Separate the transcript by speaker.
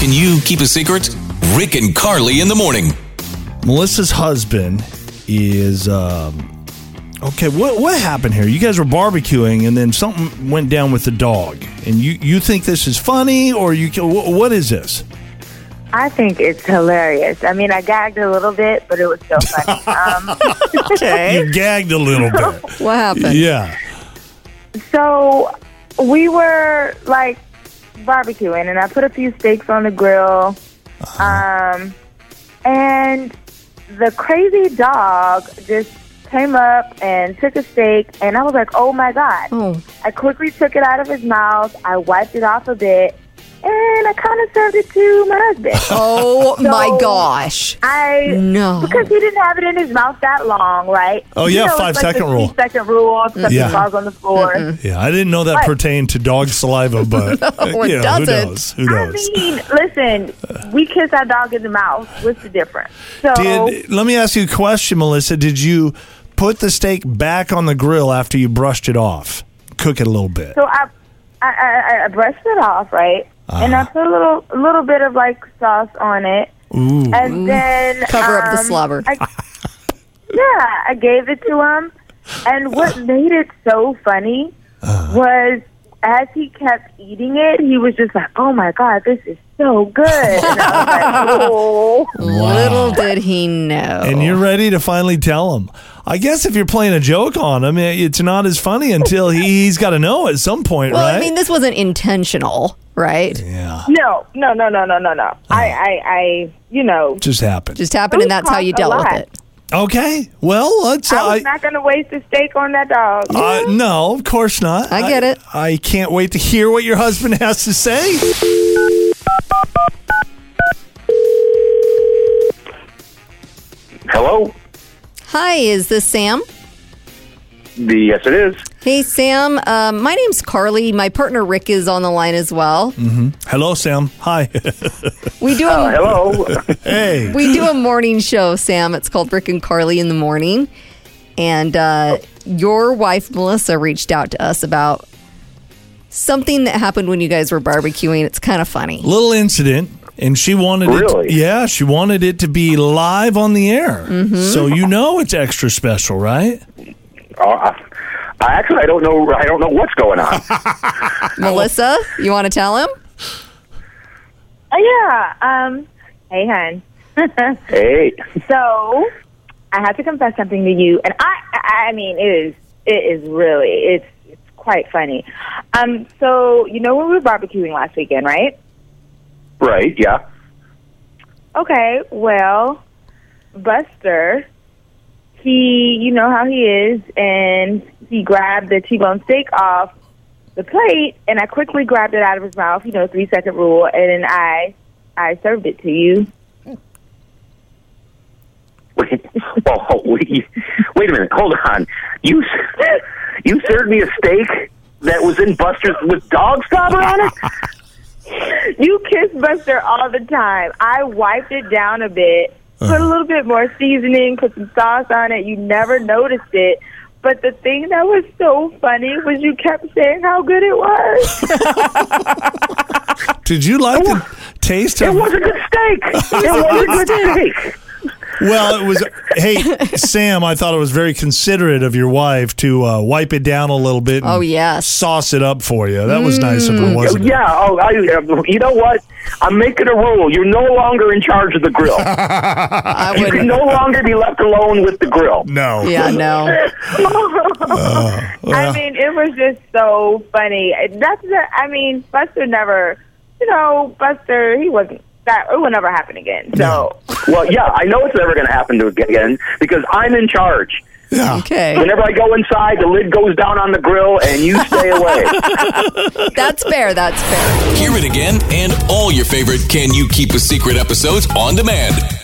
Speaker 1: Can you keep a secret? Rick and Carly in the morning.
Speaker 2: Melissa's husband is um, okay. What what happened here? You guys were barbecuing, and then something went down with the dog. And you you think this is funny, or you wh- what is this?
Speaker 3: I think it's hilarious. I mean, I gagged a little bit, but it was so funny. Um,
Speaker 2: You gagged a little bit.
Speaker 4: What happened?
Speaker 2: yeah.
Speaker 3: so we were like barbecuing, and I put a few steaks on the grill. Um, and the crazy dog just came up and took a steak, and I was like, oh my God.
Speaker 4: Oh,
Speaker 3: I quickly took it out of his mouth, I wiped it off a bit, and I kind of served it to my husband.
Speaker 4: oh my
Speaker 3: So-
Speaker 4: gosh.
Speaker 3: I
Speaker 4: No.
Speaker 3: because he didn't have it in his mouth that long, right?
Speaker 2: Oh, yeah, five second rule.
Speaker 3: Five second rule. if Something
Speaker 2: Yeah.
Speaker 3: falls on the floor.
Speaker 2: Yeah, I didn't know that
Speaker 3: What?
Speaker 2: pertained to dog saliva, but
Speaker 4: it
Speaker 2: you know, who
Speaker 4: doesn't.
Speaker 2: knows? Who
Speaker 3: I
Speaker 2: knows?
Speaker 3: mean, listen, we kiss our dog in the mouth. What's the difference? So
Speaker 2: Did let me ask you a question, Melissa? Did you put the steak back on the grill after you brushed it off? Cook it a little bit.
Speaker 3: so I, I, I, I brushed it off, right? And
Speaker 2: Ah.
Speaker 3: I put a little, a little bit of like sauce on it,
Speaker 2: Ooh.
Speaker 3: and then
Speaker 4: Cover up the
Speaker 3: um,
Speaker 4: slobber.
Speaker 3: I, yeah, I gave it to him, and what made it so funny was as he kept eating it, he was just like, "Oh my god, this is so good!" And I was like, "Oh."
Speaker 4: Little did he know.
Speaker 2: And you're ready to finally tell him. I guess if you're playing a joke on him, it- it's not as funny until he, he's got to know at some point,
Speaker 4: well,
Speaker 2: right?
Speaker 4: I mean, this wasn't intentional, right?
Speaker 2: yeah,
Speaker 3: No, no, no, no, no, no, no. I, I, I, you know,
Speaker 2: just happened.
Speaker 4: Just happened, and
Speaker 3: Those
Speaker 4: that's how you
Speaker 3: cost a
Speaker 4: dealt with
Speaker 3: lot.
Speaker 4: it.
Speaker 2: okay. Well, let's.
Speaker 3: I was
Speaker 2: I,
Speaker 3: not going to waste a steak on that dog.
Speaker 2: uh, no, of course not.
Speaker 4: I get it.
Speaker 2: I can't wait to hear what your husband has to say.
Speaker 5: Hello.
Speaker 4: Hi, is this Sam?
Speaker 5: The yes, it is.
Speaker 4: Hey, Sam. Um, my name's Carly. My partner Rick is on the line as well.
Speaker 2: Mm. Hello, Sam. Hi.
Speaker 4: We do a,
Speaker 3: Oh,
Speaker 5: Uh, hello.
Speaker 2: hey.
Speaker 4: we do a morning show, Sam. It's called Rick and Carly in the morning. And uh, your wife Melissa reached out to us about something that happened when you guys were barbecuing. It's kind of funny.
Speaker 2: little incident and she wanted it
Speaker 5: Really?
Speaker 2: yeah she wanted it to be live on the air
Speaker 4: Mm-hmm.
Speaker 2: so you know it's extra special right
Speaker 5: Uh, I, I actually, I don't know. I don't know what's going on.
Speaker 4: Melissa, you want to tell him?
Speaker 3: Uh, yeah. Um. Hey, hon.
Speaker 5: hey.
Speaker 3: So, I have to confess something to you, and I, I I mean, it is, it is really, it's, it's quite funny. Um, so you know when we were barbecuing last weekend, right?
Speaker 5: Right. Yeah.
Speaker 3: Okay, well, Buster, he, you know how he is, and he grabbed the T-bone steak off the plate, and I quickly grabbed it out of his mouth, you know, three second rule, and then I, I served it to you.
Speaker 5: Wait. Oh, oh, wait, wait a minute. Hold on. You s- you served me a steak that was in Buster's with dog slobber on it.
Speaker 3: You kiss Buster all the time. I wiped it down a bit, put a little bit more seasoning, put some sauce on it. You never noticed it. But the thing that was so funny was you kept saying how good it was.
Speaker 2: did you like the taste
Speaker 5: It
Speaker 2: of
Speaker 5: was a good steak. It was a good steak.
Speaker 2: well it was hey sam i thought it was very considerate of your wife to uh, wipe it down a little bit and
Speaker 4: Oh, yes. Mm.
Speaker 2: sauce it up for you that was nice of her wasn't it
Speaker 5: Yeah. Oh, I, you know what? I'm making a rule. You're no longer in charge of the grill.
Speaker 4: I
Speaker 5: You can
Speaker 4: would.
Speaker 5: no longer be left alone with the grill.
Speaker 2: no
Speaker 4: Yeah, no.
Speaker 3: I mean, it was just so funny. That's the, I mean, Buster never, you know, Buster, he wasn't that, it will never happen again. So,
Speaker 5: Well, yeah, I know it's never going to happen to again because I'm in charge.
Speaker 2: yeah
Speaker 4: Okay.
Speaker 5: Whenever I go inside, the lid goes down on the grill, and you stay away.
Speaker 4: That's fair. That's fair.
Speaker 1: Hear it again and all your favorite Can You Keep a Secret episodes on demand